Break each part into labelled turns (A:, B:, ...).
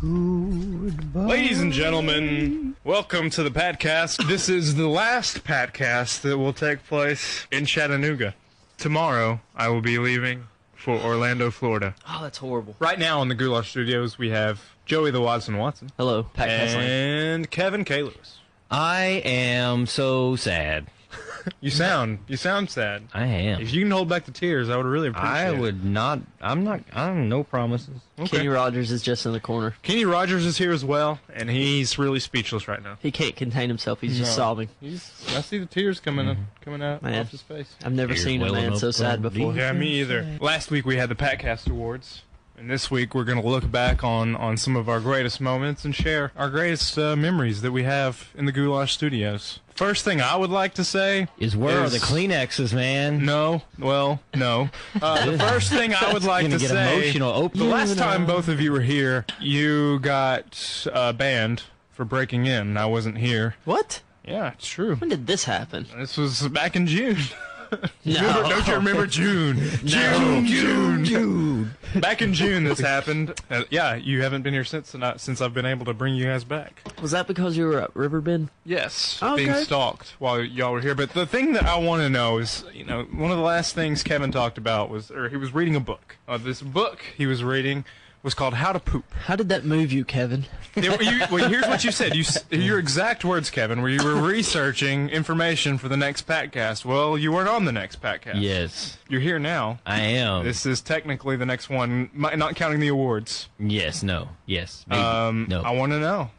A: Goodbye.
B: Ladies and gentlemen, welcome to the Patcast. This is the last Patcast that will take place in Chattanooga. Tomorrow, I will be leaving for Orlando, Florida.
C: Oh, that's horrible.
B: Right now in the Goulash Studios, we have Joey the Watson Watson
C: Hello, Pat Kessler.
B: and Kevin K. Lewis.
A: I am so sad.
B: You sound you sound sad.
A: I am.
B: If you can hold back the tears, I would really appreciate
A: I
B: it.
A: would not. I'm not. I'm no promises.
B: Okay.
C: Kenny
B: Kenny,
C: Rogers is just in the corner.
B: Rogers is here as well, and he's really speechless right now.
C: He can't contain himself. He's
B: No.
C: just sobbing.
B: He's, I see the tears coming coming out
C: Man.
B: off his face.
C: I've never
A: Tears
C: seen a
A: welling
C: man
A: up
C: so sad
A: from
C: before.
A: deep.
B: Yeah, me either. Last week we had the Patcast Awards, and this week we're going to look back on on some of our greatest moments and share our greatest uh, memories that we have in the Goulash Studios. First thing I would like to say
A: Is where
B: Is-
A: are the Kleenexes, man?
B: no, well, no. Uh, the first thing I would like
A: Gonna
B: to
A: get
B: say
A: emotional. Oh,
B: the
A: you
B: last time
A: know.
B: both of you were here, you got uh, banned for breaking in. and I wasn't here.
C: What?
B: Yeah, it's true.
C: When did this happen?
B: This was back in June.
C: No.
B: Remember- Don't you remember June? June, June, June. Back in June, this happened. Uh, yeah, you haven't been here since, and I, since I've been able to bring you guys back.
C: Was that because you were at Riverbend?
B: Yes,
C: Okay.
B: being stalked while y'all were here. But the thing that I want to know is, you know, one of the last things Kevin talked about was, or he was reading a book. Uh, this book he was reading was called How to Poop.
C: How did that move you, Kevin?
B: It- you- well, here's what you said. You, s- your exact words, Kevin, where you were researching information for the next Patcast. Well, you weren't on the next Patcast.
A: Yes,
B: You're here now.
A: I am.
B: This is technically the next one, mi- not counting the awards.
A: yes, no, yes. Maybe.
B: Um,
A: no.
B: I want to know.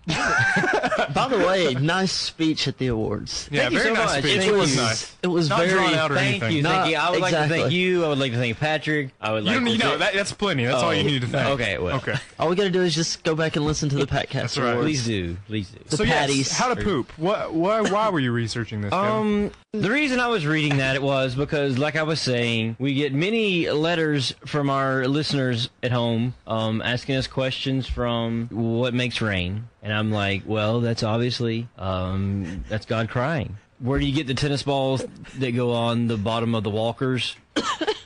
C: By the way, nice speech at the awards.
B: Yeah,
A: Thank you
B: very
A: so
B: nice
A: much.
B: speech.
A: It
B: It was
A: was-
B: nice.
C: It was
B: Not
C: very.
B: drawn out or
A: thank
B: anything.
A: you,
C: Not
A: thank you. I would like to thank
C: exactly.
A: you. I would like to thank Patrick. I would like
B: You,
A: to
B: you
A: thank-
B: know that, that's plenty. That's all you
A: Oh,
B: need to think.
A: okay, well.
B: Okay.
C: All we gotta do is just go back and listen to the Pat Kessler
B: right.
C: awards.
A: Please do. Please do.
C: The
B: So
C: patties.
B: yes, how to poop? What? Why? Why were you researching this? Kevin?
A: Um, the reason I was reading that it was because, like I was saying, we get many letters from our listeners at home, um, asking us questions from what makes rain, and I'm like, well, that's obviously, um, that's God crying. Where do you get the tennis balls that go on the bottom of the walkers?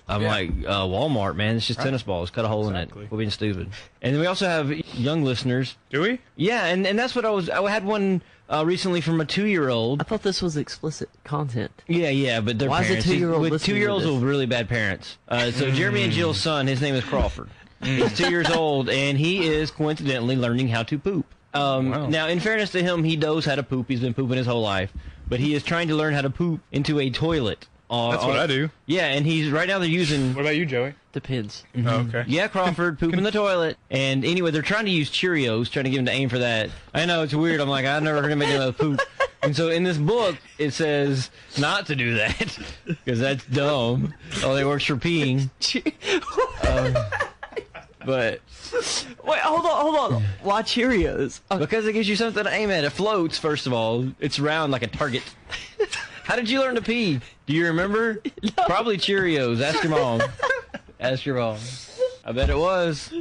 A: I'm like uh, Walmart, man. It's just tennis balls. Cut a hole
B: Exactly.
A: in it. We're being stupid. And then we also have young listeners.
B: Do we?
A: Yeah, and, and that's what I was. I had one uh, recently from a two year old.
C: I thought this was explicit content.
A: Yeah, yeah, but their
C: Why is a
A: parents.
C: two-year-old
A: with
C: listening to
A: two-year-olds
C: this?
A: with really bad parents. Uh, so Jeremy and Jill's son, his name is Crawford.
C: Mm.
A: He's two years old, and he is coincidentally learning how to poop. Um,
B: Wow.
A: Now, in fairness to him, he knows how to poop. He's been pooping his whole life, but he is trying to learn how to poop into a toilet. Uh,
B: That's what I do.
A: Yeah, and he's right now they're using.
B: What about you, Joey?
C: Depends.
B: Oh, okay.
A: Yeah, Crawford poop in the toilet. And anyway, they're trying to use Cheerios, trying to give him to aim for that. I know it's weird. I'm like, I've never heard anybody do that with poop. And so in this book, it says not to do that because that's dumb. Oh, it works for peeing. But
C: Wait, hold on, hold on. Why Cheerios? Oh,
A: because it gives you something to aim at, it floats. First of all, it's round like a target. How did you learn to pee? Do you remember? Probably Cheerios. Ask your mom. Ask your mom. I bet it was.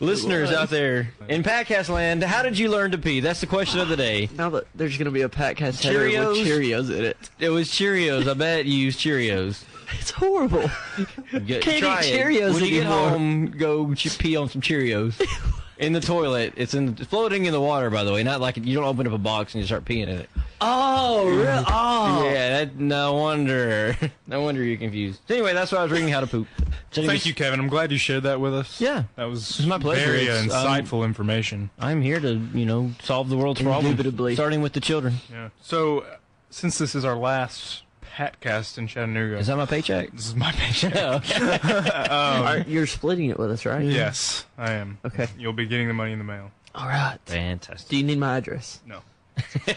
A: Listeners out there in Podcast Land, how did you learn to pee? That's the question of the day.
C: now that there's gonna be a Patcast header with
A: Cheerios?
C: Cheerios in it.
A: It was Cheerios. I bet you used Cheerios.
C: It's horrible.
A: Get,
C: Can't eat
A: try it.
C: Cheerios
A: When you get
C: anymore.
A: home, go ch- pee on some Cheerios in the toilet. It's in it's floating in the water, by the way. Not like you don't open up a box and you start peeing in it.
C: Oh, really? Oh.
A: Yeah, that, no wonder. No wonder you're confused. Anyway, that's why I was reading how to poop. So anyways,
B: Thank you, Kevin. I'm glad you shared that with us.
A: Yeah.
B: That was
A: It's my pleasure.
B: very uh,
A: It's, um,
B: insightful information.
A: I'm here to, you know, solve the world's problems,
C: Indubitably.
A: starting with the children.
B: Yeah. So, uh, since this is our last Patcast in Chattanooga,
A: Is that my paycheck?
B: this is Oh. my paycheck. Um,
C: Are- You're splitting it with us, right?
B: Yes, I am.
C: Okay.
B: You'll be getting the money in the mail.
C: All right. Do
A: Fantastic.
C: you need my address?
B: No.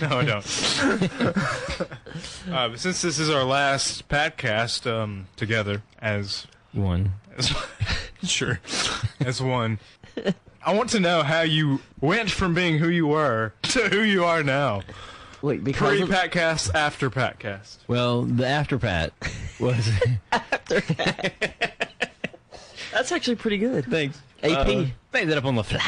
B: no, I don't. uh, but since this is our last podcast um, together as,
A: One.
B: as sure as one, I want to know how you went from being who you were to who you are now.
C: Wait, because
B: Pre
C: of-
B: Patcast, after Patcast.
A: Well, the after pat was.
C: that's actually pretty good.
A: Thanks.
C: AP.
A: made that up on the fly.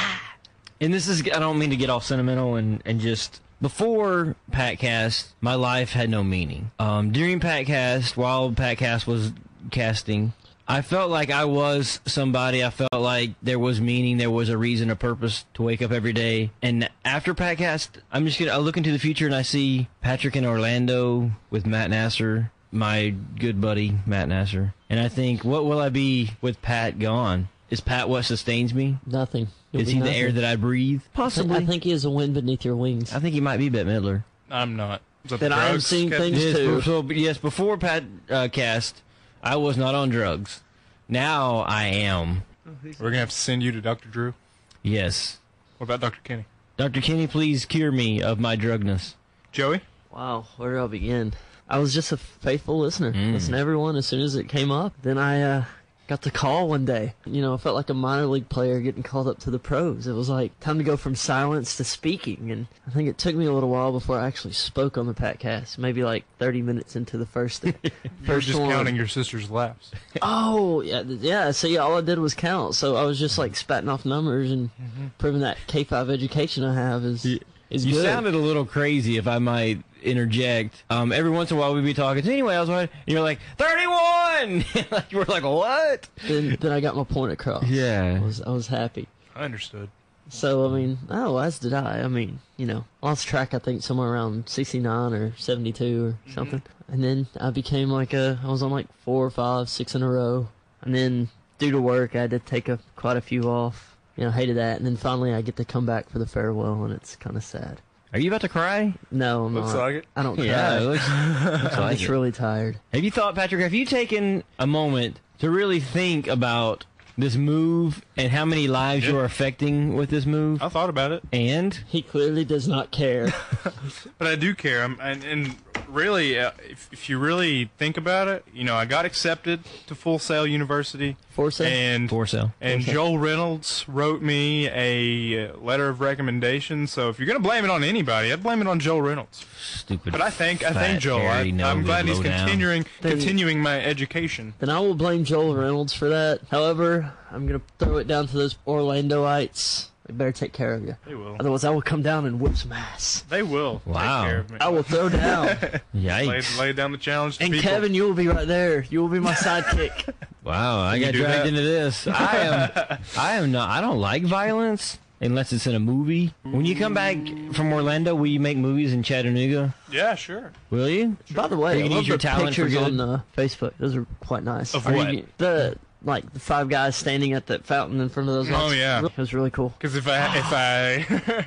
A: And this is, I don't mean to get all sentimental and, and just. Before Patcast, my life had no meaning. Um, during Patcast, while Patcast was casting, I felt like I was somebody. I felt like there was meaning, there was a reason, a purpose to wake up every day. And after Patcast, I'm just gonna I look into the future and I see Patrick in Orlando with Matt Nasser, my good buddy Matt Nasser, and I think, what will I be with Pat gone? Is Pat what sustains me?
D: Nothing. It'll
A: Is
D: be
A: he the
D: nothing.
A: air that I breathe? Possibly.
D: I think he is a wind beneath your wings.
A: I think he might be Bette Midler.
B: I'm not. Is that
E: Then
B: the
E: I am
B: drugs,
E: seeing
B: Captain?
E: things-
A: Yes,
E: too.
A: be- so yes, before Pat uh, cast, I was not on drugs. Now I am.
B: We're gonna have to send you to Dr. Drew.
A: Yes,
B: What about Dr. Kenny?
A: Doctor Kenny, please cure me of my drugness.
B: Joey?
E: Wow, where do I begin? I was just a faithful listener.
A: Mm.
E: Listen to everyone as soon as it came up. Then I uh, got the call one day. You know, I felt like a minor league player getting called up to the pros. It was like time to go from silence to speaking. And I think it took me a little while before I actually spoke on the podcast. Maybe like 30 minutes into the first
B: You're
E: first
B: just
E: one.
B: counting your sister's laps.
E: Oh, yeah, th- yeah. So yeah, all I did was count. So I was just like spatting off numbers and proving that K5 education I have is is
A: You
E: good.
A: sounded a little crazy, if I might interject. Um, every once in a while, we'd be talking. Anyway, I was like, and you're like thirty-one. like we're like what?
E: then, then I got my point across.
A: Yeah.
E: I was I was happy.
B: I understood.
E: So I mean, oh, as did I. I mean, you know, lost track. I think somewhere around sixty nine or seventy two
B: Mm-hmm.
E: or something. And then I became like a. I was on like four or five, six in a row. And then due to work, I had to take a, quite a few off. You know, hated that. And then finally, I get to come back for the farewell, and it's kind of sad.
A: Are you about to cry?
E: No, I'm
B: Looks
E: not.
B: like it.
E: I don't
A: Yeah, it
E: cry.
A: looks, looks
E: I'm
A: like
E: just
A: it.
E: really tired.
A: Have you thought, Patrick? Have you taken a moment to really think about this move and how many lives
B: Yeah.
A: you're affecting with this move?
B: I thought about it.
A: And
D: He clearly does not care.
B: But I do care. I'm, and, and really, uh, if, if you really think about it, you know, I got accepted to Full Sail University.
E: Four seconds.
B: And
A: for sale.
B: and
E: Okay.
B: Joel Reynolds wrote me a uh, letter of recommendation. So if you're gonna blame it on anybody, I'd blame it on Joel Reynolds.
A: Stupid.
B: But I think I
A: fat,
B: think Joel. I,
A: hairy, no
B: I'm
A: good
B: glad he's
A: lowdown.
B: continuing
E: Then-
B: continuing my education.
E: Then I will blame Joel Reynolds for that. However, I'm gonna throw it down to those Orlandoites. They better take care of you.
B: They will.
E: Otherwise, I will come down and whip some ass.
B: They will.
A: Wow.
B: Take care of me.
E: I will throw down.
B: lay,
A: Yikes!
B: lay down the challenge. To
E: and
B: people.
E: Kevin, you will be right there. You will be my sidekick.
A: Wow, I
B: Can you
A: got
B: do
A: dragged
B: that?
A: into this. I am, I am not. I don't like violence unless it's in a movie. When you come back from Orlando, will you make movies in Chattanooga?
B: Yeah, sure.
A: Will you?
E: By the way,
A: You
E: I
A: can
E: love
A: use your
E: the
A: talent for
E: pictures on
A: good.
E: uh, Facebook. Those are quite nice.
B: Of
E: Are you
B: what?
E: g- the like the five guys standing at that fountain in front of those.
B: Oh,
E: lights.
B: yeah.
E: it was really cool.
B: Because if I if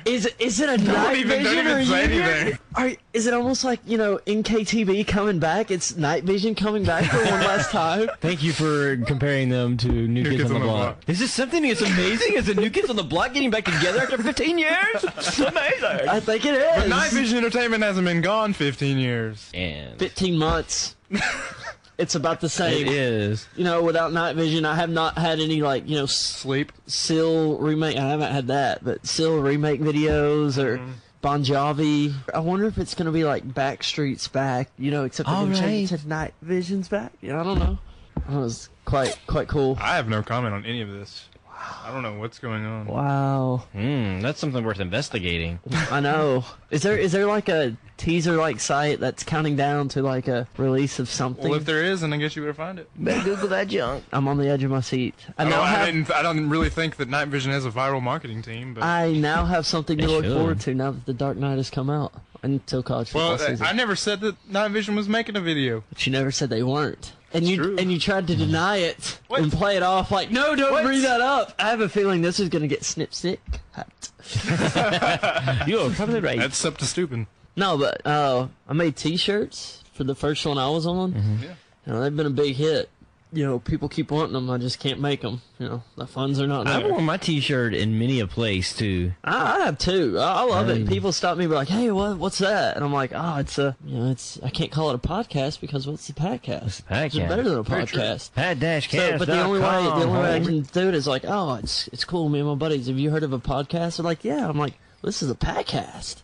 B: I
E: Is it is it a night
B: even- don't
E: vision
B: even
E: or
B: say
E: you-
B: anything.
E: Are, is it almost like you know NKTV coming back? It's night vision coming back for one last time.
A: Thank you for comparing them to New, Kids, on the, block. Is this something that's amazing? Is the New Kids on the Block getting back together after 15 years? It's amazing.
E: I think it is.
B: Night Vision Entertainment hasn't been gone 15 years.
A: And it
E: Fifteen months. it's about the same.
A: is.
E: You know, without night vision, I have not had any like you know S-
B: Sleep.
E: Seal remake. I haven't had that, but Seal remake videos or.
B: Mm-hmm.
E: Bon Jovi. I wonder if it's gonna be like Backstreet's back, you know, except they're
A: All
E: gonna change
A: right.
E: it to Night Vision's back. Yeah, I don't know. It was quite quite cool.
B: I have no comment on any of this. I don't know what's going on.
E: Wow.
A: Hmm, that's something worth investigating.
E: I know. Is there is there like a teaser like site that's counting down to like a release of something?
B: Well, if there is, then I guess you better find it.
E: Better Google that junk. I'm on the edge of my seat. I
B: Oh, I,
E: now
B: don't, I,
E: have
B: didn't, I don't really think that Night Vision has a viral marketing team, but
E: I now have something to
A: It
E: look
A: should.
E: forward to now that the Dark Knight has come out until college football
B: well, uh,
E: season.
B: I, I never said that Night Vision was making a video.
E: but you never said they weren't. And you
B: true.
E: and you tried to deny it
B: What?
E: and play it off like no, don't
B: What?
E: bring that up. I have a feeling this is gonna get snip sick.
A: You are probably right.
B: That's up to stupid.
E: No, but uh, I made T-shirts for the first one I was on.
B: Yeah.
E: You know, they've been a big hit. You know, people keep wanting them. I just can't make them. You know, the funds are not
A: I've
E: there.
A: worn my T-shirt in many a place too.
E: I, I have two. I, I love it. People stop me and be like, "Hey, what? What's that?" And I'm like, "Oh, it's a. You know, it's. I can't call it a podcast because what's a podcast?
A: a podcast.
E: It's better than a
B: Very true.
E: podcast."
A: Pat Dash
E: So, but the only way the only way I can do it is like, oh, it's it's cool. Me and my buddies, have you heard of a podcast? They're like, yeah. I'm like, this is a podcast.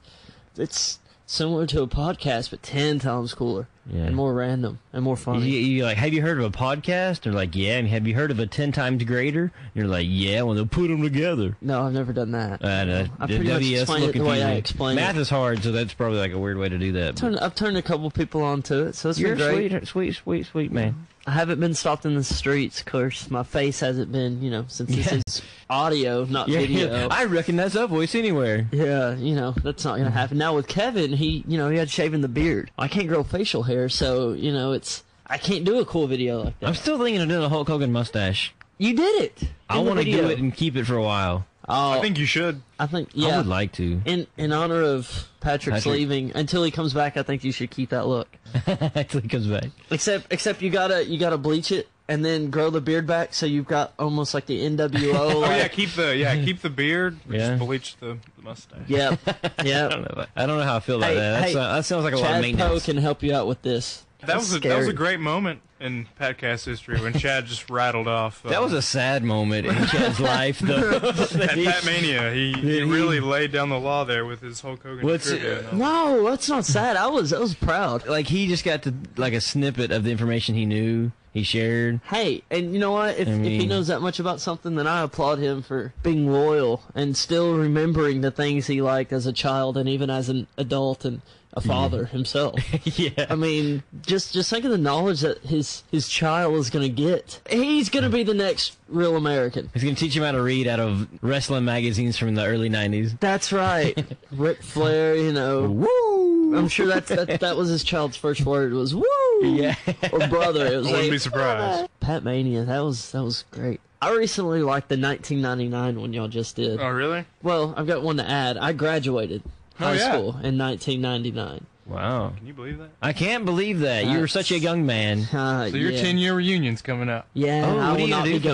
E: It's similar to a podcast, but ten times cooler.
A: Yeah.
E: and more random and more
A: You,
E: funny.
A: you're like, have you heard of a podcast? They're like, yeah. And have you heard of a ten times greater? You're like, yeah. Well, they'll put them together.
E: No, I've never done that.
A: I know.
E: I
A: The
E: pretty much
A: WS
E: explained
A: will
E: it the way I
A: confuse you.
E: explained
A: Math
E: it.
A: is hard, so that's probably like a weird way to do that. but-
E: Turn, I've turned a couple people onto it, so it's
A: You're
E: been great.
A: a sweet, sweet, sweet, sweet man.
E: I haven't been stopped in the streets, of course. My face hasn't been, you know, since
A: Yeah.
E: this is audio, not
A: Yeah,
E: video.
A: I Mm-hmm. recognize that voice anywhere.
E: Yeah, you know, that's not gonna happen. Now with Kevin, he you know, he had shaven the beard. I can't grow facial hair, so you know, it's I can't do a cool video like that.
A: I'm still thinking of doing a Hulk Hogan mustache.
E: You did it.
A: I
E: in the
A: want to do
E: video.
A: it and keep it for a while.
E: Oh,
B: I think you should.
E: I think
A: I
E: yeah.
A: would like to.
E: in in honor of Patrick's
A: Patrick.
E: leaving until he comes back, I think you should keep that look.
A: Until he comes back.
E: Except except you gotta you gotta bleach it and then grow the beard back so you've got almost like the NWO.
B: Oh yeah,
E: like,
B: keep the yeah keep the beard. but
A: Yeah.
B: Just bleach the, the mustache.
E: yeah.
A: I
E: Yep.
A: don't know. I don't know how I feel about
E: Hey,
A: that. That's,
E: hey,
A: uh, that sounds like a lot of
E: Chad Poe
A: maintenance.
E: can help you out with this.
B: That was a, that was a
E: scary.
B: great moment in podcast history when Chad just rattled off. uh,
A: That was a sad moment in Chad's life, though.
B: at Pat Mania. He, he really laid down the law there with his Hulk Hogan
A: What's-
B: trivia and all.
E: No, that's not sad. I was I was proud.
A: like he just got to like a snippet of the information he knew he shared.
E: Hey, and you know what? If,
A: I
E: if he
A: mean-
E: knows that much about something, then I applaud him for being loyal and still remembering the things he liked as a child and even as an adult and a father himself.
A: yeah.
E: I mean, just just think of the knowledge that his his child is gonna get. He's gonna be the next real American.
A: He's gonna teach him how to read out of wrestling magazines from the early '90s.
E: That's right, Ric Flair. You know,
A: Woo!
E: I'm sure that's that that was his child's first word was woo.
A: Yeah.
E: or brother. It was
B: I
E: like,
B: wouldn't be surprised.
E: Pat Mania, that was that was great. I recently liked the 1999 one y'all just did.
B: Oh really?
E: Well, I've got one to add. I graduated high
B: yeah.
E: school in 1999.
A: Wow.
B: Can you believe that?
A: I can't believe that you were
E: That's-
A: such a young man.
E: Uh,
B: So your
E: yeah.
B: ten year reunion's coming up.
E: Yeah, I
A: Oh, what are
E: will
A: you
E: not
A: gonna
E: be
A: do for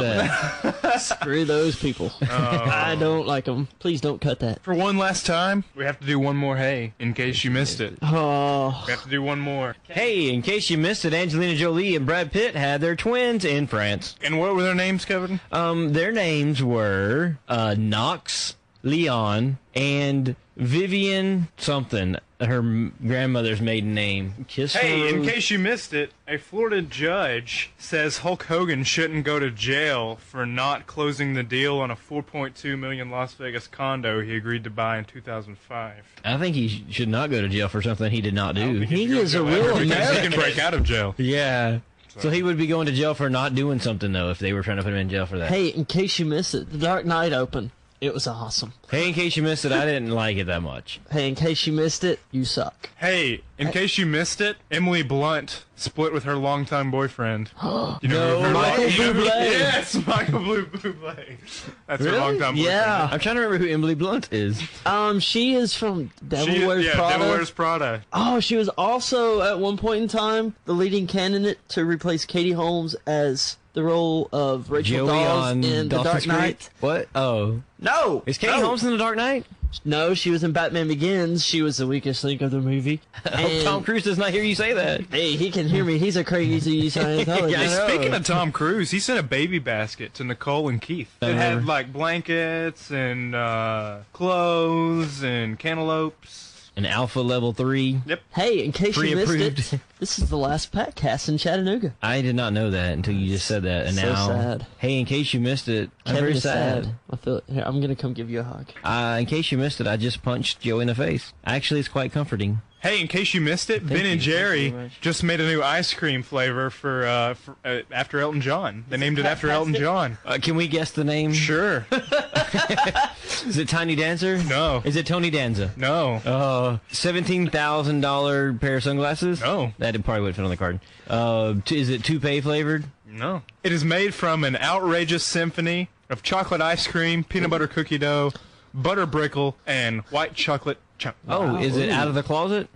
E: going.
A: that?
E: Screw those people.
B: Oh.
E: I don't like them. Please don't cut that.
B: For one last time, we have to do one more. Hey, in case you missed it,
E: Oh,
B: we have to do one more.
A: Hey, in case you missed it, Angelina Jolie and Brad Pitt had their twins in France.
B: And what were their names, Kevin?
A: Um, their names were uh, Knox, Leon, and Vivian something. Her m- grandmother's maiden name. Kiss
B: Hey,
A: her.
B: in case you missed it, a Florida judge says Hulk Hogan shouldn't go to jail for not closing the deal on a 4.2 million Las Vegas condo he agreed to buy in 2005.
A: I think he sh- should not go to jail for something he did not do.
E: he is a real
B: Because he
E: American.
B: can break out of jail.
A: Yeah. So he would be going to jail for not doing something though if they were trying to put him in jail for that.
E: Hey, in case you missed it, The Dark Knight opened. It was awesome.
A: Hey, in case you missed it, I didn't like it that much.
E: Hey, in case you missed it, you suck.
B: Hey, in case you missed it, Emily Blunt split with her longtime boyfriend. You know who her
E: Michael
B: long- you know who-
E: Bublé.
B: Yes, Michael Blue Bublé. That's her longtime boyfriend.
E: Yeah.
A: I'm trying to remember who Emily Blunt is.
E: Um, she is from Devil
B: She,
E: Wears
B: yeah,
E: Prada.
B: Devil Wears Prada.
E: Oh, she was also at one point in time the leading candidate to replace Katie Holmes as the role of Rachel
A: Joey
E: Dawes
A: on
E: in The Dark
A: Dawson's Creek?
E: Knight.
A: What? Oh,
E: No,
A: is Katie
E: no.
A: Holmes in The Dark Knight?
E: No, she was in Batman Begins. She was the weakest link of the movie. And-
A: Oh, Tom Cruise does not hear you say that.
E: hey, he can hear me. He's a crazy Scientologist.
A: Yeah, I know.
B: Speaking of Tom Cruise, he sent a baby basket to Nicole and Keith. It had
A: remember.
B: like blankets and uh, clothes and cantaloupes.
A: An alpha level three.
E: Hey, in case you missed it,
A: Pre-approved.
E: this is the last Petcast in Chattanooga.
A: I did not know that until you just said that, and
E: So
A: now,
E: sad.
A: hey, in case you missed it, I'm
E: Kevin
A: very
E: is sad.
A: sad.
E: I feel it. Here, I'm gonna come give you a hug.
A: Uh, in case you missed it, I just punched Joe in the face. Actually, it's quite comforting.
B: Hey, in case you missed it, Ben and
A: you. Thank you
B: Jerry
A: very much.
B: just made a new ice cream flavor for, uh, for uh, after Elton John. They named it after Elton John.
A: Uh, can we guess the name?
B: Sure.
A: Is it Tiny Dancer?
B: No.
A: Is it Tony Danza?
B: No.
A: Uh, seventeen thousand dollar pair of sunglasses.
B: No.
A: that probably wouldn't fit on the card. Uh, t- is it toupee flavored?
B: No. It is made from an outrageous symphony of chocolate ice cream, peanut butter cookie dough, butter brickle, and white chocolate chunk.
A: Oh, is it out of the closet?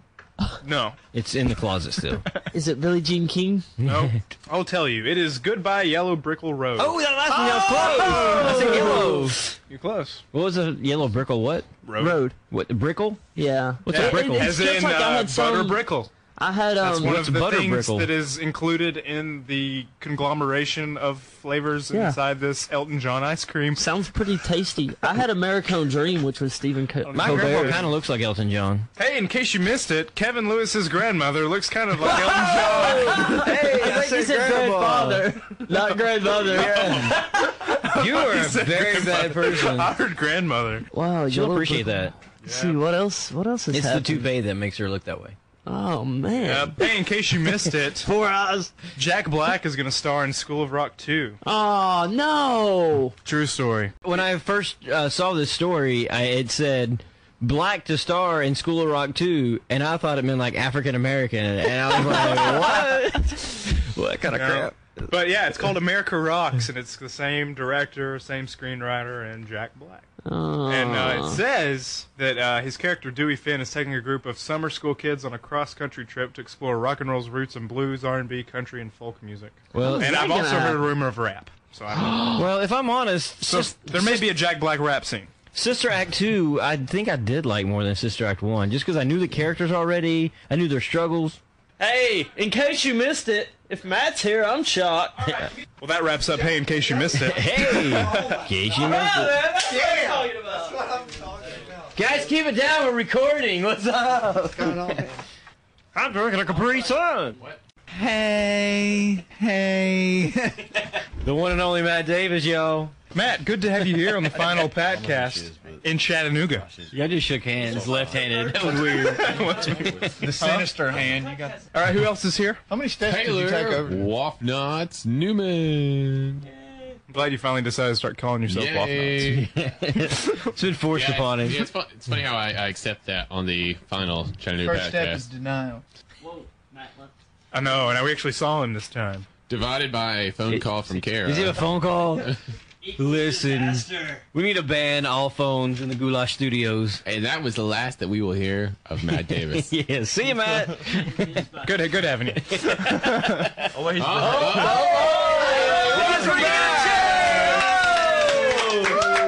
B: No.
A: It's in the closet still.
E: Is it Billie Jean King?
B: No. I'll tell you. It is Goodbye Yellow Brickle Road.
A: oh, that last one was
E: Oh!
A: close. I said yellow.
B: You're close.
A: What was a yellow brickle? What?
B: Road.
E: Road.
A: What brickle?
E: Yeah.
A: What's a
B: Yeah,
A: brickle?
E: it-
B: As
E: It feels
B: in
E: like I
B: uh,
E: had some-
B: butter brickle.
E: I had
B: That's
E: um
B: one
A: what's
B: of the
A: butter
B: things
A: brickle?
B: that is included in the conglomeration of flavors
E: Yeah.
B: inside this Elton John ice cream.
E: sounds pretty tasty. I had Americone Dream, which was Stephen Co-
A: My
E: Colbert.
A: grandpa kind of looks like Elton John.
B: Hey, in case you missed it, Kevin Lewis's grandmother looks kind of like Elton John.
F: Hey, I
E: Like he's a grandfather, not grandmother.
A: You are a very bad person.
B: I heard grandmother.
E: Wow,
A: She'll
E: you'll
A: appreciate that.
E: See what else? What else is
A: It's the
E: happened?
A: toupee that makes her look that way.
E: Oh man,
B: Uh, hey, in case you missed it,
E: four eyes.
B: Jack Black is going to star in School of Rock 2.
E: Oh no.
B: True story.
A: When I first uh, saw this story, I, it said black to star in School of Rock 2, and I thought it meant like African American, and I was like, what? What kind of
B: No.
A: crap?
B: But yeah, it's called America Rocks, and it's the same director, same screenwriter, and Jack Black.
E: Oh.
B: And uh, it says that uh, his character Dewey Finn is taking a group of summer school kids on a cross-country trip to explore rock and roll's roots in blues, R&B, country, and folk music.
A: Well,
B: and I've
E: that
B: also
E: gonna
B: heard a
E: happen?
B: rumor of rap. So I don't know.
A: well, if I'm honest,
B: So
A: Sis-
B: there may be a Jack Black rap scene.
A: Sister Act 2, I think I did like more than Sister Act 1, just because I knew the characters already, I knew their struggles.
E: Hey, in case you missed it, if Matt's here, I'm shocked.
B: Well, that wraps up. Hey, in case you missed it.
A: Hey! Case you missed it.
E: that's what I'm talking about.
A: Guys, keep it down, we're recording. What's up? I'm drinking a Capri Sun.
F: Hey, hey.
A: The one and only Matt Davis, yo.
B: Matt, good to have you here on the final podcast in Chattanooga.
A: Y'all just shook hands left-handed. That was weird.
F: the sinister hand. You got
B: All right, who else is here?
F: how many steps did you take over?
G: Wolf Nuts Newman.
B: I'm glad you finally decided to start calling yourself Wolf Nuts.
G: Yay.
A: It's been forced
G: Yeah,
A: upon him.
G: yeah, it's, fun, it's funny how I, I accept that on the final Chattanooga
F: First step is
G: podcast.
F: denial.
B: I know, and we actually saw him this time.
G: Divided by a phone call from Kara.
A: Is it a phone call? Listen, we need to ban all phones in the Goulash Studios.
G: and that was the last that we will hear of Matt Davis.
B: Oh,
A: Yeah, see you, Matt.
B: Good, good having you.
G: Oh, oh,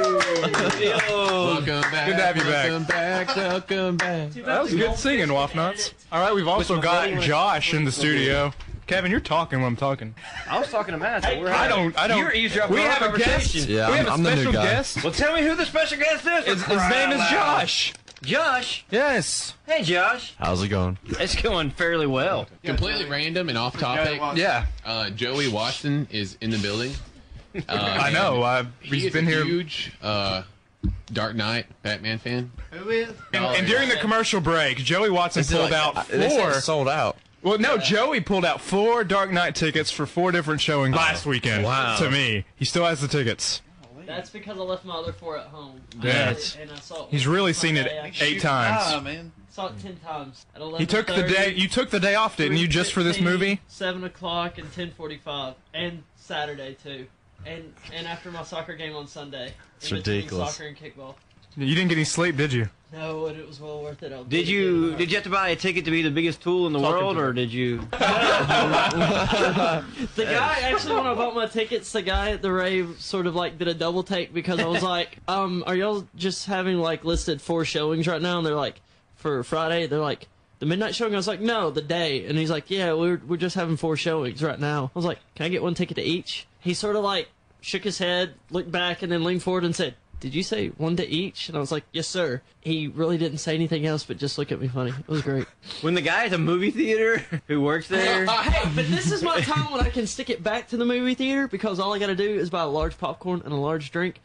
G: oh, welcome back.
B: Good to have you back.
G: welcome back. welcome back.
B: That was good singing, Waff Nuts. All right, we've also got Josh in the studio. Kevin, you're talking when I'm talking.
A: I was talking to Matt.
B: I don't. I don't.
A: You're eavesdropping
B: we
A: on
B: have
A: our
B: a guest.
A: conversation.
F: Yeah,
B: we have a
F: I'm the new
B: special
F: guy.
B: guest.
A: Well, tell me who the special guest is.
B: His, his name is Josh.
A: Josh.
B: Yes.
A: Hey, Josh.
F: How's it going?
A: It's going fairly well.
G: Completely random and off topic.
B: Yeah.
G: Uh, Joey Watson is in the building. Uh,
B: I know. Uh,
G: He
B: he's
G: has
B: been
G: a
B: here.
G: huge uh, Dark Knight Batman fan.
F: Who is?
B: And during the commercial break, Joey Watson pulled out four.
F: sold out.
B: Well, no, Joey pulled out four Dark Knight tickets for four different showings last weekend.
A: Wow.
B: To me, he still has the tickets.
E: That's because I left my other four at home.
B: Yeah.
E: And I saw it
B: He's
E: once
B: really
E: on
B: seen it
E: Monday. I
B: eight times.
F: Ah, man.
E: saw it ten times. At
B: He took the
E: 11:30,
B: day. You took the day off, didn't you, just for this
E: 3:15,
B: movie?
E: Seven o'clock and ten forty-five, and Saturday too, and and after my soccer game on Sunday. It's
F: ridiculous.
E: Soccer and kickball.
B: You didn't get any sleep, did you?
E: No, and it was well worth it. I'll
A: Did
E: do it
A: you
E: again.
A: did you have to buy a ticket to be the biggest tool in the world, or did you?
E: The guy actually, when I bought my tickets, the guy at the rave sort of like did a double take because I was like, um, "Are y'all just having like listed four showings right now?" And they're like, "For Friday," they're like, "The midnight showing." I was like, "No, the day." And he's like, "Yeah, we're we're just having four showings right now." I was like, "Can I get one ticket to each?" He sort of like shook his head, looked back, and then leaned forward and said. Did you say one to each? And I was like, "Yes, sir." He really didn't say anything else, but just looked at me funny. It was great.
A: When the guy at the movie theater who works there,
E: Hey, but this is my time when I can stick it back to the movie theater because all I gotta do is buy a large popcorn and a large drink.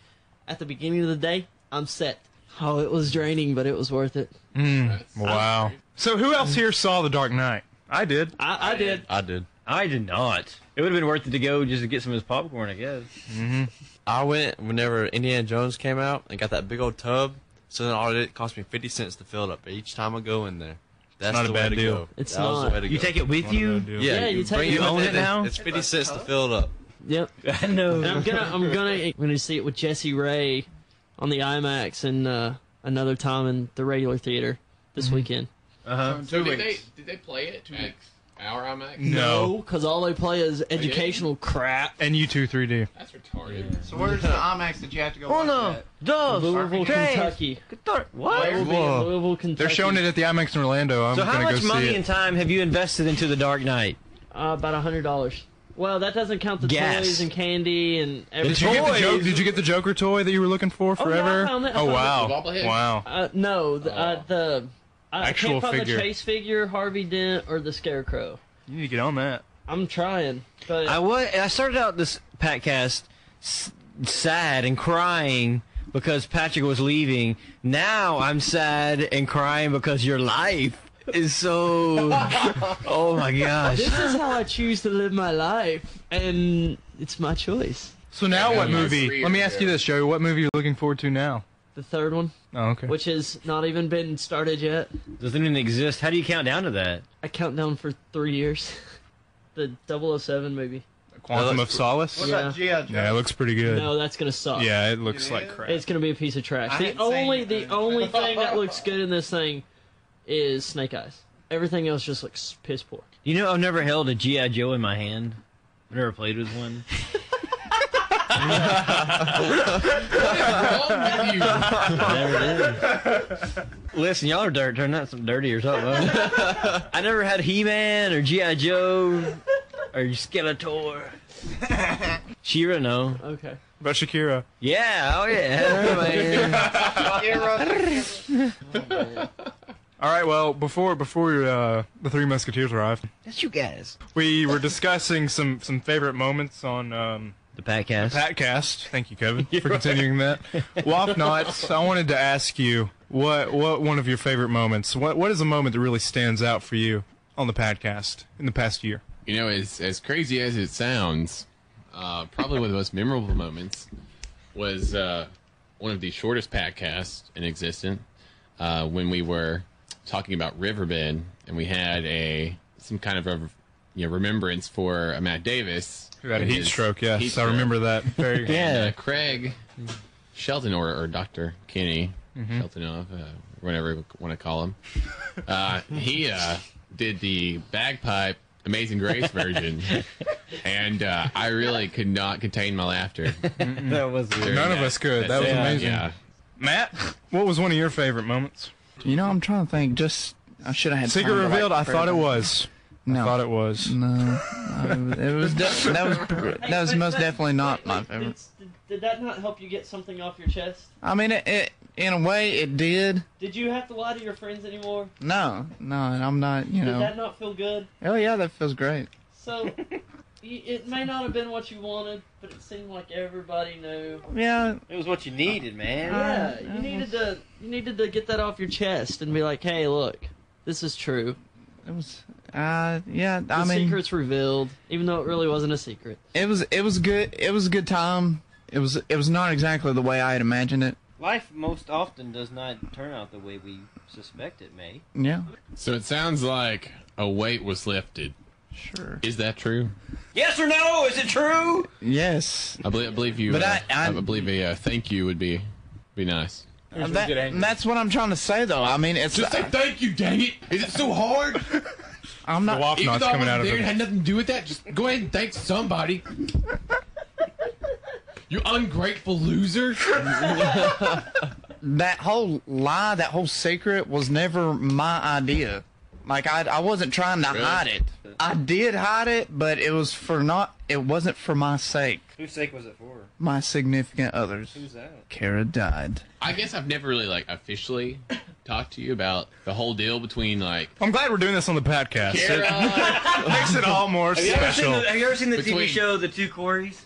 E: At the beginning of the day, I'm set. Oh, it was draining, but it was worth it.
B: Mm. Wow. So who else here saw The Dark Knight? I did.
E: I, I did.
F: I did.
A: I did not. It would have been worth it to go just to get some of his popcorn, I guess.
H: I went whenever Indiana Jones came out and got that big old tub. So then all it, did- it cost me fifty cents to fill it up each time I go in there. That's
B: not a
H: the
B: bad
H: way
B: deal.
H: To go.
E: It's
H: that Was
E: not.
H: the way to
A: You
H: go.
A: take it with you?
H: Yeah,
E: Yeah, you take
H: bring
E: it-
A: You
H: with
A: own
H: it
A: it
H: and
A: now?
H: It's fifty cents to fill it up.
E: Yep.
A: I know.
E: And I'm gonna, I'm gonna, I'm gonna see it with Jesse Ray on the IMAX and uh, another
B: Mm-hmm.
E: time in the regular theater this weekend.
G: Did
F: Two
G: they,
F: weeks. Mm-hmm.
G: did they play it at, Our IMAX?
B: No.
E: because all they play is educational crap.
B: And U2 3D.
G: That's retarded.
F: So where's the IMAX that you have to go watch that?
B: Oh,
E: Those Louisville, Kentucky.
F: Where?
E: We'll be in
B: Whoa.
E: Louisville, Kentucky.
B: They're showing it at the IMAX in Orlando. I'm
A: So how
B: gonna
A: much
B: go
A: money
B: see
A: and
B: it.
A: time have you invested into The Dark Knight?
E: uh, about a hundred dollars. Well, that doesn't count the
A: Gas.
E: toys and candy and everything.
B: Did you, get the
A: Toys.
B: joke, did you get the Joker toy that you were looking for
E: Oh, yeah, I
B: forever?
E: found it. I
B: Oh, wow.
G: found it. The bobblehead.
B: Wow.
E: Uh, no, the, uh, the I
B: Oh. Actual
E: can't find
B: figure.
E: the Chase figure, Harvey Dent, or the Scarecrow.
B: You need to get on that.
E: I'm trying, but
A: I wa I started out this podcast s- sad and crying because Patrick was leaving. Now I'm sad and crying because your life is so. oh my gosh.
E: this is how I choose to live my life, and it's my choice.
B: So now
G: Yeah,
B: what
G: yeah,
B: movie?
G: three
B: Let me
G: years
B: ask
G: ago.
B: you this, Joey. What movie are you looking forward to now?
E: The third one,
B: Oh, okay.
E: which has not even been started yet,
A: Doesn't even exist. How do you count down to that?
E: I count down for three years. the 007 movie.
B: Quantum of Solace?
F: What about G.I. Joe?
B: Yeah, it looks pretty good.
E: No, that's gonna suck.
B: Yeah, it looks
F: It
B: like
F: is?
B: crap.
E: It's gonna be a piece of trash.
F: I
E: The
F: hadn't seen
E: only
F: it,
E: the
F: man.
E: only thing that looks good in this thing is Snake Eyes. Everything else just looks piss poor.
A: You know, I've never held a G.I. Joe in my hand. I've never played with one.
G: Wrong with you.
A: I never did. Listen, y'all are dirt. Turn that some dirty or something. I never had He-Man or G.I. Joe or Skeletor. She-Ra, no.
E: Okay.
B: About Shakira.
A: Yeah, oh yeah. man.
F: Era-
B: All right. Well, before before uh, the Three Musketeers arrived,
A: That's you guys.
B: we were discussing some some favorite moments on um,
A: The podcast.
B: Patcast. Thank you, Kevin, for continuing that. Waff knots. I wanted to ask you what what one of your favorite moments. What what is a moment that really stands out for you on the podcast in the past year?
G: You know, as as crazy as it sounds, uh, probably one of the most memorable moments was uh, one of the shortest podcasts in existence uh, when we were talking about Riverbend, and we had a some kind of a you know remembrance for uh, Matt Davis
B: Who had a
G: and
B: heat
G: his
B: stroke? Yes,
G: heat
B: I
G: stroke.
B: remember that. Very.
G: And,
A: yeah.
G: uh, Craig Shelton or, or Doctor Kenny Sheltonov, uh, whatever you want to call him. Uh, he uh, did the bagpipe Amazing Grace version, and uh, I really could not contain my laughter.
A: That was weird.
B: None of us could. That was
A: Yeah.
B: amazing.
G: Yeah.
B: Matt, what was one of your favorite moments?
F: you know, I'm trying to think. Just I should have had.
B: Secret
F: time to, like,
B: revealed. I thought it
F: prepare.
B: was.
F: No.
B: I thought it was.
F: No, no, it was de- that was that was most definitely not my favorite.
E: Did, that not help you get something off your chest?
F: I mean, it, it in a way it did.
E: Did you have to lie to your friends anymore?
F: No, no, and I'm not. You
E: Did
F: know.
E: that not feel good?
F: Oh yeah, that feels great.
E: So, y- it may not have been what you wanted, but it seemed like everybody knew.
F: Yeah,
A: It was what you needed, man.
E: Yeah,
F: Uh, uh-huh.
E: you needed to you needed to get that off your chest and be like, hey, look, this is true.
F: it was. Uh, yeah.
E: The
F: I mean,
E: secret's revealed, even though it really wasn't a secret.
F: it was it was good. It was a good time. It was it was not exactly the way I had imagined it.
A: Life most often does not turn out the way we suspect it may.
F: Yeah.
G: So it sounds like a weight was lifted.
F: Sure.
G: Is that true?
A: Yes or no? Is it true?
F: Yes.
G: I believe. I believe you.
F: But
G: uh,
F: I- I-
G: believe a uh, thank you would be be nice.
F: And that- and that's what I'm trying to say, though. I mean, it's.
G: thank you, dang it! Is it so hard?
F: I'm
B: The
F: not.
B: Waff knots coming out of
G: and
B: it.
G: had nothing to do with that. Just go ahead and thank somebody. you ungrateful loser.
F: that whole lie, that whole secret was never my idea. Like I, I wasn't trying to hide it. I did hide it, but it was for not. It wasn't for my sake.
A: Whose sake was it for?
F: My significant others.
A: Who's that?
F: Kara died.
G: I guess I've never really like officially talked to you about the whole deal between like
B: I'm glad we're doing this on the podcast. It
G: Kara,
B: makes it all more special.
A: have you ever seen the
G: Between-
A: The Two Corys?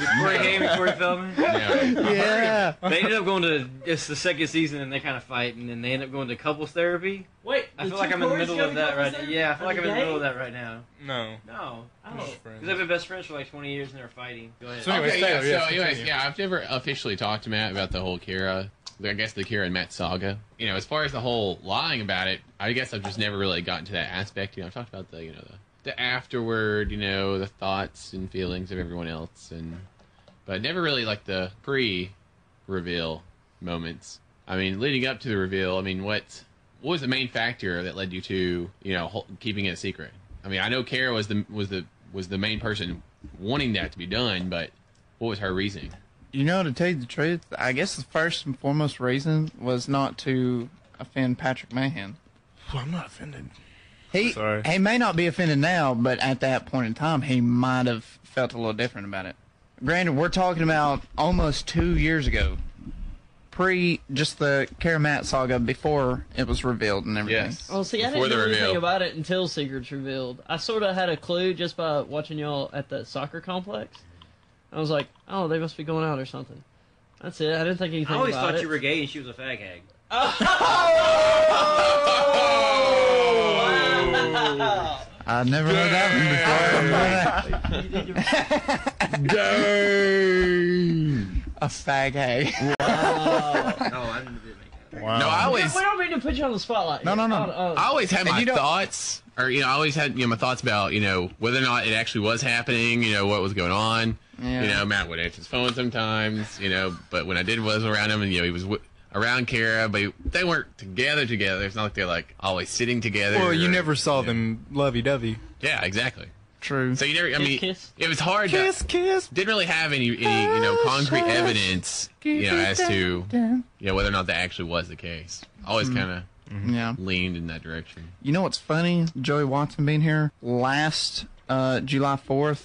A: With Corey Haim and Corey Feldman?
G: yeah,
F: Yeah.
A: They ended up going to it's the second season and they kind of fight and then they end up going to couples therapy.
E: Wait,
A: I feel like I'm in the middle of that right now. Yeah, I feel like I'm in the middle of that right now.
B: No.
A: No,
I: Oh.
A: because I've been best friends for like 20 years and they're fighting. Go ahead.
B: So anyway,
G: Okay, yeah,
B: Taylor, yes,
G: so anyways,
B: continue.
G: yeah, I've never officially talked to Matt about the whole Kira. I guess the Kira and Matt saga. You know, as far as the whole lying about it, I guess I've just never really gotten to that aspect. You know, I've talked about the you know the, the afterward, you know, the thoughts and feelings of everyone else, and but never really like the pre-reveal moments. I mean, leading up to the reveal, I mean, what what was the main factor that led you to you know hol- keeping it a secret? I mean, I know Kara was the was the was the main person wanting that to be done, but what was her reasoning?
F: You know, to tell you the truth, I guess the first and foremost reason was not to offend Patrick Mahan.
B: I'm not offended.
F: He
B: Sorry.
F: he may not be offended now, but at that point in time, he might have felt a little different about it. Granted, we're talking about almost two years ago, pre just the Karamat saga before it was revealed and everything.
E: Well, Oh, see, I
G: Before
E: didn't
G: the
E: know anything
G: reveal.
E: about it until Secrets revealed. I sort of had a clue just by watching y'all at the soccer complex. I was like, oh, they must be going out or something. That's it. I didn't think anything
I: I always
E: about
I: thought
E: it.
I: you were gay and she was a fag hag.
F: I never heard that one before. I don't know that. A fag hey.
I: No, I didn't make that.
B: Wow.
G: No, I always
E: we don't mean to put you on the spotlight.
F: No,
E: here.
F: no, no.
E: Oh, oh.
G: I always had
F: And
G: my
F: you don't-
G: thoughts, or you know, I always had you know my thoughts about you know whether or not it actually was happening, you know what was going on.
F: Yeah.
G: You know, Matt would answer his phone sometimes, you know, but when I did was around him, and you know he was w- around Kara, but he- they weren't together together. It's not like they're like always sitting together.
B: Well, you
G: or-
B: never saw them lovey-dovey.
G: Yeah, exactly.
F: True.
G: So you never. I mean,
E: kiss.
G: it was hard. to,
F: kiss.
G: didn't really have any any you know concrete evidence, you know, as to you know whether or not that actually was the case. Always kind of
F: Yeah.
G: leaned in that direction.
F: You know what's funny? Joey Watson being here last uh, July 4th,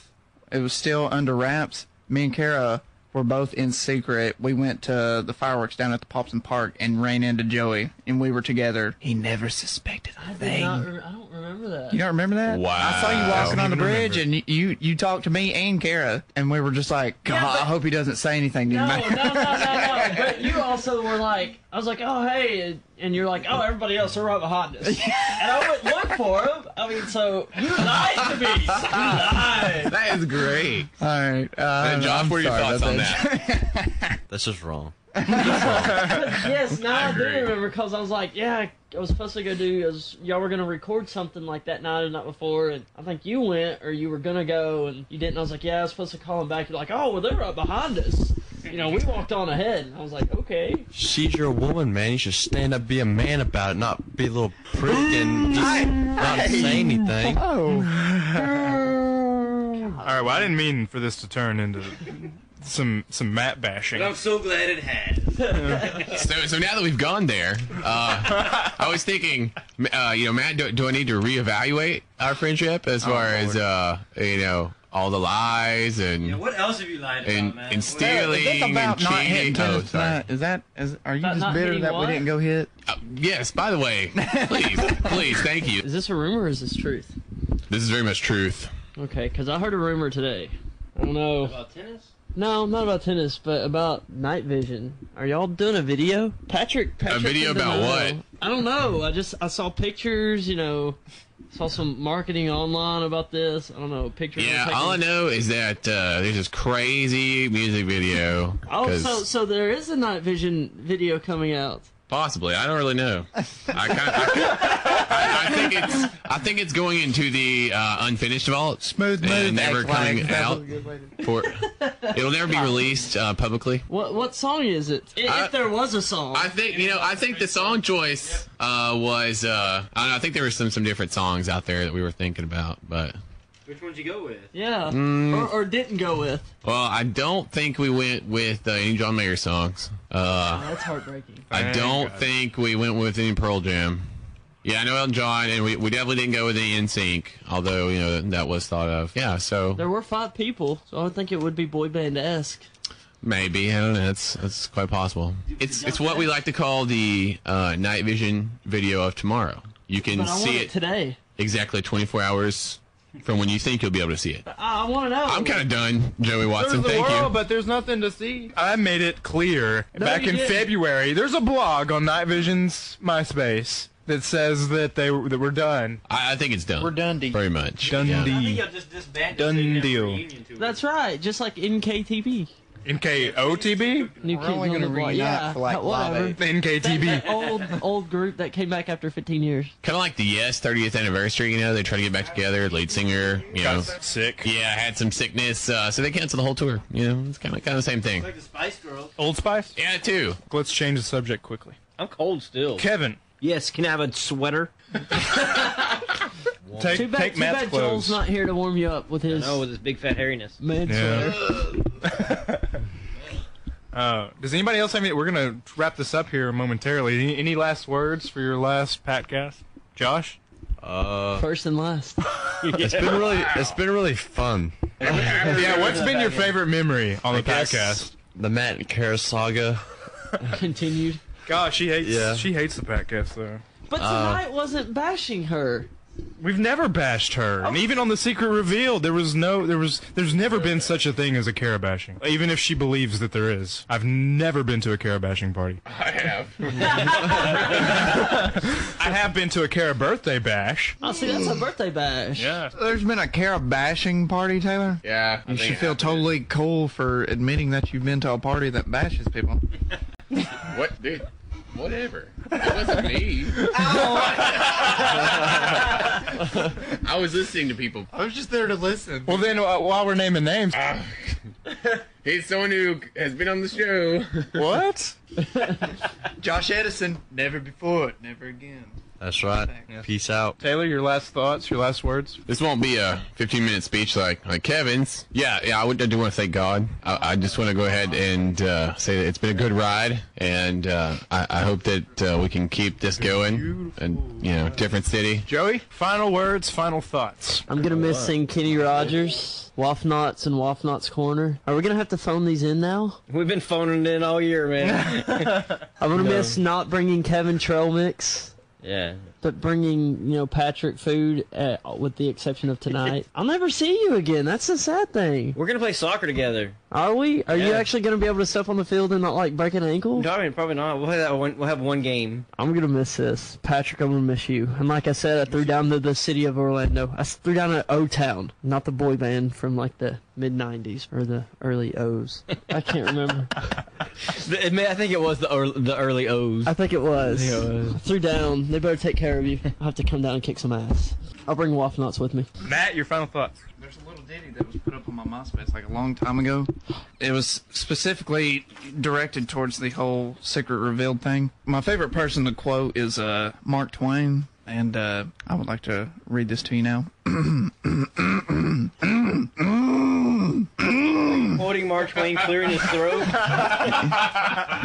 F: it was still under wraps. Me and Kara were both in secret. We went to the fireworks down at the Popson Park and ran into Joey, and we were together. He never suspected a
E: Did
F: thing.
E: not re- I don't remember that.
F: you don't remember that?
G: Wow.
F: I saw you walking on the bridge, and you, you talked to me and Kara, and we were just like, God, I hope he doesn't say anything to
E: No, no,
F: you.
E: no, no, no. But you also were like, I was like, oh, hey. And you're like, oh, everybody else, they're right behind us. And I went look for him. I mean, so you lied to me. You lied.
G: That is great.
F: All right. Uh,
G: And Josh,
F: I'm
G: what are your
F: sorry
G: thoughts
F: about
G: on that?
H: That's just wrong.
E: Yes, now I, do
G: agree.
E: remember because I was like, yeah, I was supposed to go do, I was, y'all were going to record something like that night and night before. And I think you went or you were going to go and you didn't. I was like, yeah, I was supposed to call him back. You're like, oh, well, they're right behind us. You know, we walked on ahead. And I was like, okay.
H: She's your woman, man. You should stand up, be a man about it, not be a little prick and just not say anything.
B: All right. Well, I didn't mean for this to turn into some some Matt bashing.
I: But I'm so glad it had.
G: So, so now that we've gone there, uh, I was thinking, uh, you know, Matt, do, do I need to reevaluate our friendship as
I: Oh,
G: far as uh, you know all the lies and
I: Yeah, what else have you lied about,
G: And-
I: man?
G: and
I: What-
G: still-
F: Is this
G: Stealing
F: about
G: and
F: not
G: cheating.
F: hitting
G: Oh,
F: tennis
G: sorry.
F: tonight? Is that is are you
E: About
F: just
E: not
F: bitter
E: hitting
F: that
E: what?
F: we didn't go hit?
G: Uh, yes? By the way, please, please, thank you.
E: Is this a rumor or is this truth?
G: This is very much truth.
E: Okay, because I heard a rumor today. I don't know.
I: About tennis?
E: No, not about tennis, but about night vision. Are y'all doing a video? Patrick, Patrick
G: video
E: in
G: about
E: denial.
G: what?
E: I don't know. I just I saw pictures. You know, saw some marketing online about this. I don't know pictures. were
G: Yeah,
E: taken-
G: all I know is that uh, there's this crazy music video.
E: Oh,
G: 'cause
E: so so there is a night vision video coming out.
G: possibly I don't really know. I kind of, I, I think it's, I think it's going into the uh, unfinished vault.
F: Smooth
G: And
F: move,
G: never
F: act
G: coming
F: like. That's
G: out.
F: a good way to-
G: For it'll never be released uh, publicly.
E: What what song is it? I- If
G: I-
E: there was a song,
G: I think you know. I think the song choice uh, was. Uh, I, don't know, I think there were some some different songs out there that we were thinking about, but
I: Which one'd you go with?
E: yeah,
G: Mm.
E: or, or didn't go with.
G: well, I don't think we went with uh, any John Mayer songs. Uh,
E: That's heartbreaking.
G: I
B: Thank
G: don't
B: God.
G: think we went with any Pearl Jam. Yeah, I know Elton John, and we, we definitely didn't go with any NSYNC, although you know that was thought of. Yeah, so
E: There were five people, so I would think it would be boy band esque.
G: maybe I don't know. It's it's quite possible. It's it's what we like to call the uh, night vision video of tomorrow. You can
E: But I want
G: see
E: it,
G: it
E: today.
G: exactly 24 hours from when you think you'll be able to see it.
E: I, I want to know.
G: I'm kind of done, Joey Watson.
B: There's the
G: Thank
B: world,
G: you.
B: but there's nothing to see. I made it clear back
E: you
B: in
E: didn't.
B: February. There's a blog on Night Vision's MySpace that says that they that we're done.
G: I, I think it's done.
F: We're done, D.
G: Very much.
I: I think
B: Dundee.
I: y'all just disbanded.
B: Done
I: so you can have a
B: deal.
I: reunion tour.
E: That's right, just like NKTB.
B: NKOTB?
E: New
F: We're
E: Kids
F: only
E: on
F: gonna
E: the Block.
F: reunite
E: Yeah,
F: for, like,
E: whatever.
F: Live
B: NKTB.
E: old old group that came back after 15 years.
G: Kind of like the Yes 30th anniversary. You know, they try to get back together. Lead singer, you know,
B: Got sick.
G: yeah, had some sickness, uh, so they canceled the whole tour. You know, it's kind of kind of the same thing.
I: Like the Spice Girls.
B: Old Spice.
G: Yeah, too.
B: Let's change the subject quickly.
A: I'm cold still.
B: Kevin,
A: Yes, can I have a sweater? warm.
B: Take,
E: Too bad,
B: take
E: too
B: Matt's
E: bad
B: clothes.
E: Joel's not here to warm you up with his
A: No, with his big fat hairiness.
E: man sweater.
B: yeah. uh, does anybody else have any? We're gonna wrap this up here momentarily. Any, any last words for your last podcast, Josh?
H: Uh,
E: First and last.
H: it's been really, it's been really fun.
B: yeah. What's been your favorite memory on the podcast?
H: The Matt and Kara saga.
E: Continued.
B: Gosh, she hates.
H: Yeah.
B: She hates the podcast though.
E: But tonight wasn't bashing her.
B: We've never bashed her, and even on the secret reveal, there was no, there was, there's never been such a thing as a Kara bashing. Even if she believes that there is, I've never been to a Kara bashing party.
G: I have.
B: I have been to a Kara birthday bash.
E: Oh, see, that's a birthday bash.
B: Mm. Yeah.
F: There's been a Kara bashing party, Taylor.
G: Yeah. I
F: You
G: think
F: should
G: it
F: feel
G: happened.
F: totally cool for admitting that you've been to a party that bashes people.
G: What, dude? Whatever. It wasn't me.
F: Oh.
G: I was listening to people.
F: I was just there to listen.
B: Well, then uh, while we're naming names,
G: He's someone who has been on the show.
B: what?
F: Josh Edison, never before, never again.
H: That's right. Peace out.
B: Taylor, your last thoughts, your last words.
G: This won't be a 15 minute speech like, like Kevin's. Yeah, yeah, I, would, I do want to thank God. I, I just want to go ahead and uh, say that it's been a good ride, and uh, I, I hope that uh, we can keep this going. And, you know, different city.
B: Joey, final words, final thoughts.
E: I'm gonna miss seeing Kenny Rogers, Waffnots, and Waffnots Corner. Are we gonna have to phone these in now?
A: We've been phoning it in all year, man.
E: I'm gonna miss not bringing Kevin Trail Mix,
A: yeah.
E: but bringing you know Patrick Food, uh, with the exception of tonight. I'll never see you again. That's the sad thing.
A: We're gonna play soccer together.
E: Are we? Are you
A: Yeah.
E: actually gonna be able to step on the field and not like break an ankle?
A: Probably, probably not. We'll have that one. We'll have one game.
E: I'm gonna miss this, Patrick. I'm gonna miss you. And like I said, I threw down to the city of Orlando. I s- threw down at O Town, not the boy band from like the mid '90s or the early O's. I can't remember.
A: The- it may- I think it was the early, the early O's.
E: I think it was.
A: I think it was.
E: I threw down. They better take care of you. I have to come down and kick some ass. I'll bring waffle nuts with me.
B: Matt, your final thoughts.
F: There's a little ditty that was put up on my MySpace like a long time ago. It was specifically directed towards the whole secret revealed thing. My favorite person to quote is uh, Mark Twain, and uh, I would like to read this to you now.
A: Quoting Mark Twain, clearing his throat.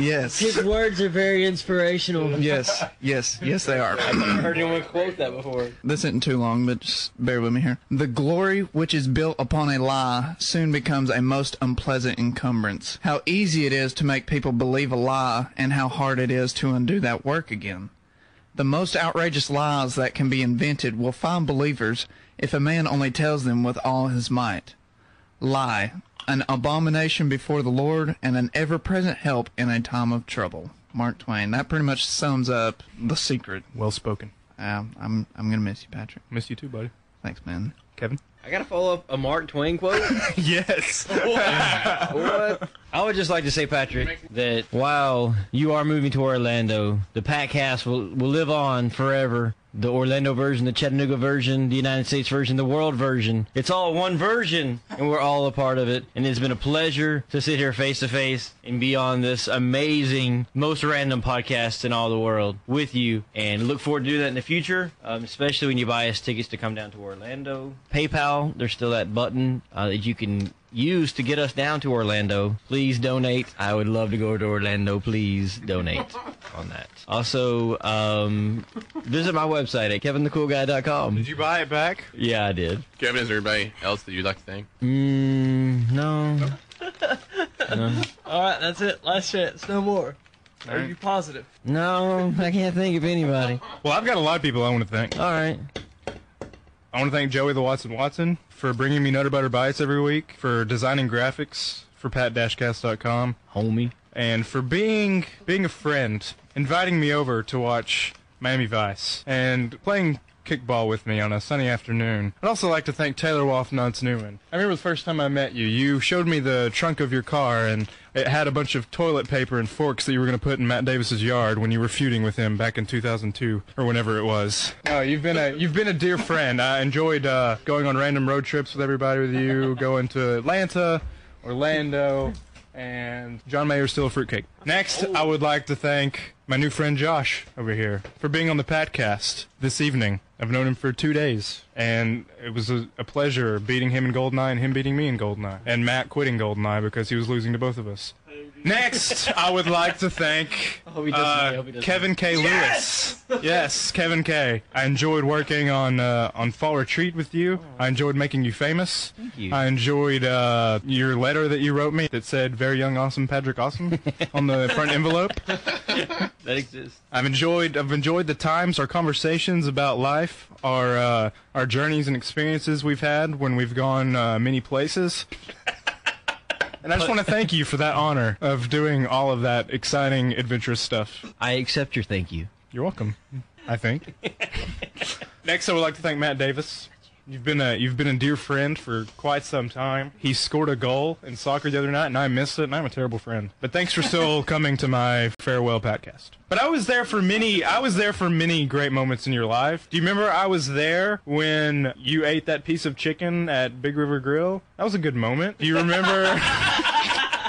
F: Yes,
E: His words are very inspirational.
F: yes, yes, yes, they are.
A: I heard anyone quote that before.
F: This isn't too long, but just bear with me here. The glory which is built upon a lie soon becomes a most unpleasant encumbrance. How easy it is to make people believe a lie, and how hard it is to undo that work again. The most outrageous lies that can be invented will find believers if a man only tells them with all his might. Lie, an abomination before the Lord, and an ever present help in a time of trouble. Mark Twain. That pretty much sums up the secret.
B: Well spoken.
F: Um, I'm I'm gonna miss you, Patrick.
B: Miss you too, buddy.
F: Thanks, man.
B: Kevin.
A: I gotta follow up a Mark Twain quote.
B: Yes.
A: what? I would just like to say, Patrick, that while you are moving to Orlando, the Packcast will will live on forever. The Orlando version, the Chattanooga version, the United States version, the world version. It's all one version, and we're all a part of it. And it's been a pleasure to sit here face to face and be on this amazing, most random podcast in all the world with you. And look forward to doing that in the future, um, especially when you buy us tickets to come down to Orlando. PayPal, there's still that button uh, that you can used to get us down to Orlando. Please donate. I would love to go to Orlando. Please donate on that. Also, um, visit my website at kevinthecoolguy.com.
B: Did you buy it back?
A: Yeah, I did.
G: Kevin, is there anybody else that you'd like to thank?
A: Mm, no.
E: All right, that's it. Last chance. No more. Are you positive?
A: No, I can't think of anybody.
B: Well, I've got a lot of people I want to thank.
A: All right.
B: I want to thank Joey the Watson Watson for bringing me Nutter Butter Bites every week, for designing graphics for pat-cast.com,
A: Homie.
B: and for being being a friend, inviting me over to watch Miami Vice and playing kickball with me on a sunny afternoon. I'd also like to thank Taylor Wolfnuts Newman. I remember the first time I met you, you showed me the trunk of your car and it had a bunch of toilet paper and forks that you were going to put in Matt Davis's yard when you were feuding with him back in 2002 or whenever it was. Oh, you've been a you've been a dear friend. I enjoyed uh, going on random road trips with everybody with you, going to Atlanta, Orlando, and John Mayer's still a fruitcake. Next, I would like to thank my new friend Josh over here for being on the podcast this evening. I've known him for two days, and it was a, a pleasure beating him in Goldeneye and him beating me in Goldeneye, and Matt quitting Goldeneye because he was losing to both of us. Next, I would like to thank
E: hope he doesn't-
B: uh,
E: I hope he doesn't.
B: Kevin K. Lewis. yes, Kevin K. I enjoyed working on uh, on Fall Retreat with you. I enjoyed making you famous. Thank
A: you.
B: I enjoyed uh, your letter that you wrote me that said "Very Young Awesome Patrick Awesome" on the front envelope.
A: That exists.
B: I've enjoyed I've enjoyed the times our conversations about life, our uh, our journeys and experiences we've had when we've gone uh, many places. And I just want to thank you for that honor of doing all of that exciting, adventurous stuff.
A: I accept your thank you.
B: You're welcome. I think. Next, I would like to thank Matt Davis. You've been a you've been a dear friend for quite some time. He scored a goal in soccer the other night, and I missed it, and I'm a terrible friend. But thanks for still coming to my farewell podcast. But I was there for many I was there for many great moments in your life. Do you remember I was there when you ate that piece of chicken at Big River Grill? That was a good moment. Do you remember?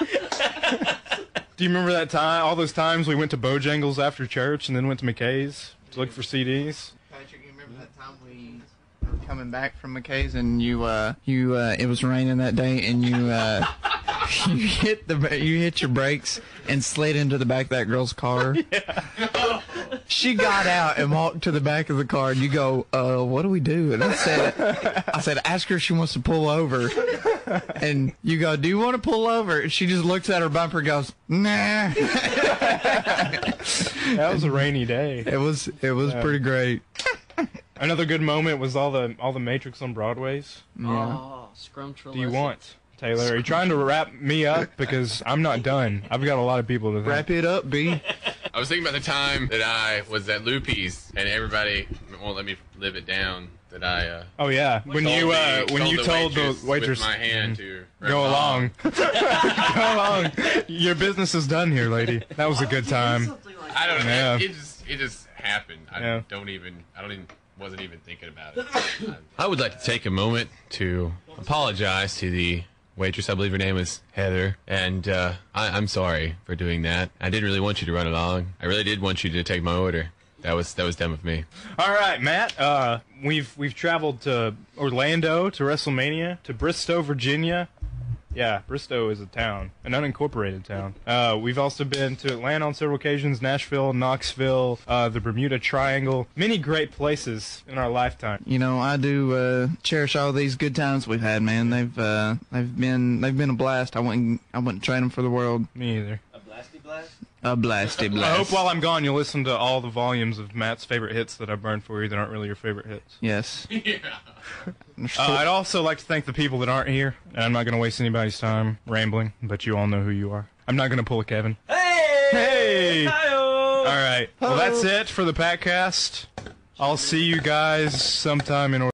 B: Do you remember that time? All those times we went to Bojangles after church, and then went to McKay's to look for CDs.
F: Patrick, you remember that time we were coming back from McKay's and you uh you uh it was raining that day and you uh you hit the you hit your brakes and slid into the back of that girl's car. she got out and walked to the back of the car and you go, "Uh, what do we do?" And I said I said, "Ask her if she wants to pull over." And you go, "Do you want to pull over?" And she just looks at her bumper and goes, "Nah."
B: That was a rainy day.
F: It was it was
B: Yeah.
F: pretty great.
B: Another good moment was all the all the Matrix on Broadway's.
E: Oh, scrum
B: Do you want Taylor? Are you trying to wrap me up because I'm not done. I've got a lot of people to thank.
F: Wrap it up, B.
G: I was thinking about the time that I was at Loopy's and everybody won't let me live it down that I uh,
B: Oh yeah, when
G: told
B: you uh,
G: the-
B: when you told the
G: with
B: waitress
G: my hand to
B: go along, go along. Your business is done here, lady. That was a good time.
G: I don't know.
B: Yeah.
G: It just it just happened. I
B: Yeah.
G: don't even I don't even wasn't even thinking about it. I would like to take a moment to apologize to the waitress. I believe her name was Heather, and uh, I, I'm sorry for doing that. I didn't really want you to run along. I really did want you to take my order. That was that was dumb of me.
B: All right, Matt. Uh, we've we've traveled to Orlando to WrestleMania to Bristow, Virginia. Yeah, Bristow is a town, an unincorporated town. Uh, we've also been to Atlanta on several occasions, Nashville, Knoxville, uh, the Bermuda Triangle, many great places in our lifetime.
F: you know, I do uh, cherish all these good times we've had, man. They've uh, they've been they've been a blast. I wouldn't I wouldn't trade them for the world.
B: Me either.
I: A blasty blast?
F: A blasty
B: I
F: blast.
B: hope while I'm gone, you'll listen to all the volumes of Matt's favorite hits that I burned for you that aren't really your favorite hits.
F: yes.
B: Uh, I'd also like to thank the people that aren't here, and I'm not going to waste anybody's time rambling, but you all know who you are. I'm not going to pull a Kevin.
I: Hey!
B: Hey!
I: Hi-oh!
B: All right. Well, that's it for the podcast. I'll see you guys sometime in.